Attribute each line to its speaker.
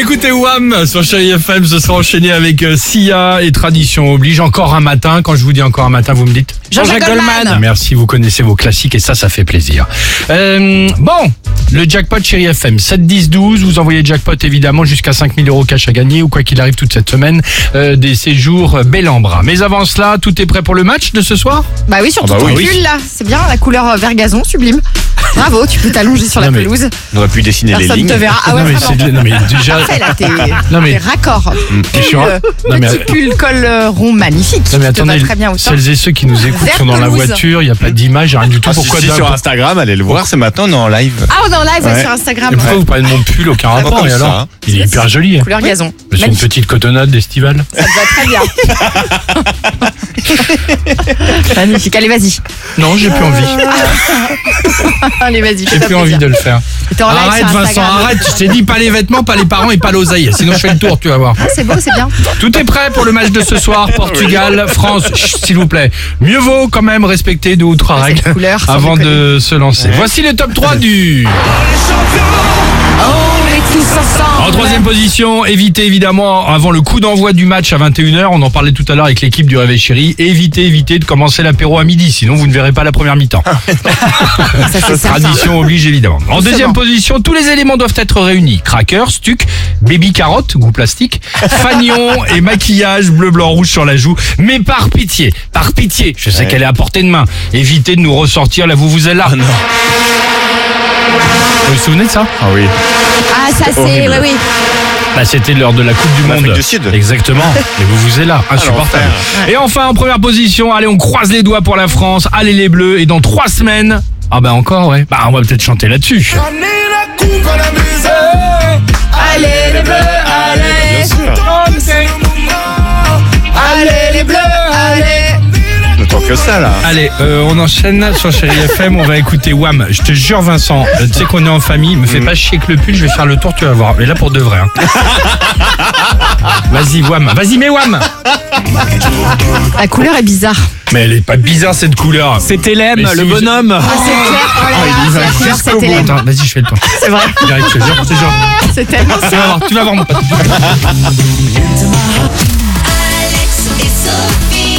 Speaker 1: écoutez Wham sur Chéri FM, ce sera enchaîné avec euh, Sia et Tradition oblige encore un matin. Quand je vous dis encore un matin, vous me dites
Speaker 2: Jean-Jacques Goldman.
Speaker 1: Merci, vous connaissez vos classiques et ça, ça fait plaisir. Euh, bon, le jackpot Chéri FM, 7, 10, 12, vous envoyez jackpot évidemment jusqu'à 5000 euros cash à gagner ou quoi qu'il arrive toute cette semaine, euh, des séjours bel en bras. Mais avant cela, tout est prêt pour le match de ce soir
Speaker 2: Bah oui, surtout
Speaker 3: Ah bah
Speaker 2: ton
Speaker 3: oui.
Speaker 2: pull là. C'est bien, la couleur euh, vert gazon, sublime. Bravo, tu peux t'allonger sur la
Speaker 1: Non, mais-
Speaker 2: pelouse.
Speaker 3: On aurait pu dessiner les
Speaker 2: Personne
Speaker 3: lignes.
Speaker 2: te verra. Ah ouais,
Speaker 1: non, mais
Speaker 2: vraiment.
Speaker 1: c'est- non, mais déjà...
Speaker 2: Parfait là, t'es
Speaker 1: Non, mais-
Speaker 2: t'es raccord.
Speaker 1: je suis
Speaker 2: Pull,
Speaker 1: en-
Speaker 2: euh,
Speaker 1: non, mais-
Speaker 2: Petit pull col euh, rond magnifique.
Speaker 1: Non mais
Speaker 2: qui te va
Speaker 1: attendez,
Speaker 2: très bien au temps.
Speaker 1: celles et ceux qui nous écoutent
Speaker 2: Vert
Speaker 1: sont dans la
Speaker 2: pelouse.
Speaker 1: voiture, il n'y a pas d'image, y a rien du tout.
Speaker 3: Ah, si,
Speaker 1: pourquoi
Speaker 3: si,
Speaker 1: d'un-
Speaker 3: sur Instagram, allez le voir, c'est maintenant, on est en live.
Speaker 2: Ah, on est en live ouais,
Speaker 3: Ouais.
Speaker 2: sur Instagram.
Speaker 1: Et pourquoi vous parlez de mon pull aucun rapport
Speaker 3: Comme
Speaker 1: et
Speaker 3: Ah, bah, ça.
Speaker 1: alors Il est hyper joli. hein.
Speaker 2: Couleur gazon.
Speaker 1: Mais C'est une
Speaker 2: Magnifique,
Speaker 1: petite cotonnade d'estival.
Speaker 2: ça te va très bien. Magnifique, allez vas-y.
Speaker 1: Non, j'ai plus envie.
Speaker 2: Ah, Allez vas-y.
Speaker 1: J'ai
Speaker 2: fais-toi
Speaker 1: plus envie
Speaker 2: plaisir.
Speaker 1: de le faire.
Speaker 2: T'es en live
Speaker 1: arrête
Speaker 2: sur
Speaker 1: Vincent,
Speaker 2: Instagram.
Speaker 1: arrête. Je t'ai dit pas les vêtements, pas les parents et pas l'oseille. Sinon je fais le tour, tu vas voir.
Speaker 2: Ah, C'est beau, c'est bien.
Speaker 1: Tout est prêt pour le match de ce soir. Portugal, France, Chut, s'il vous plaît. Mieux vaut quand même respecter deux ou trois
Speaker 2: Cette
Speaker 1: règles
Speaker 2: couleur, sans
Speaker 1: avant de se lancer. Voici le top 3 du...
Speaker 2: On est tous ensemble.
Speaker 1: En troisième position, évitez évidemment avant le coup d'envoi du match à 21h, on en parlait tout à l'heure avec l'équipe du Réveil Chéri, évitez, évitez de commencer l'apéro à midi, sinon vous ne verrez pas la première mi-temps.
Speaker 2: Ça, Ah, c'est certain.
Speaker 1: Tradition oblige évidemment. En
Speaker 2: Forcément.
Speaker 1: deuxième position, tous les éléments doivent être réunis. Crackers, stuc, baby carotte, goût plastique, fanion et maquillage bleu, blanc, rouge sur la joue. Mais par pitié, par pitié, je sais
Speaker 3: Ouais.
Speaker 1: qu'elle est à portée de main, évitez de nous ressortir la vous vous êtes là.
Speaker 2: Ah,
Speaker 1: Vous vous souvenez de ça
Speaker 3: Ah oui.
Speaker 2: Ah, ça c'est.
Speaker 3: Horrible.
Speaker 2: Oui, oui.
Speaker 1: Bah, c'était lors de la Coupe du
Speaker 3: En
Speaker 1: Monde.
Speaker 3: Afrique du Sud.
Speaker 1: Exactement. Et vous vous êtes là, insupportable. Et enfin, en première position, allez, on croise les doigts pour la France. Allez les Bleus. Et dans trois semaines, ah bah encore, ouais. Bah, on va peut-être chanter là-dessus.
Speaker 2: Allez les bleus, allez.
Speaker 3: Bien sûr.
Speaker 2: Allez les bleus, allez.
Speaker 3: Autant que ça, là.
Speaker 1: Allez, euh, on enchaîne sur Chéri FM. On va écouter Wham. Je te jure, Vincent, euh, tu sais qu'on est en famille. Me fais pas chier avec le pull. Je vais faire le tour, tu vas voir. Mais là, pour de vrai. hein. Vas-y, Wham. Vas-y, mais Wham.
Speaker 2: La couleur est bizarre.
Speaker 1: Mais elle est pas bizarre, cette couleur.
Speaker 4: C'était Lem,
Speaker 1: Mais si
Speaker 4: le
Speaker 1: vous-
Speaker 4: bonhomme.
Speaker 2: Ah, c'est clair. Oh là là, la couleur,
Speaker 1: Jusqu'au
Speaker 2: c'était
Speaker 1: bout.
Speaker 2: lèvres.
Speaker 1: Attends, Vas-y, je fais le tour.
Speaker 2: C'est vrai.
Speaker 1: Direct, je te jure, je te jure.
Speaker 2: C'est tellement
Speaker 1: Tu vas voir, tu vas voir mon pote.
Speaker 5: Alex et Sophie.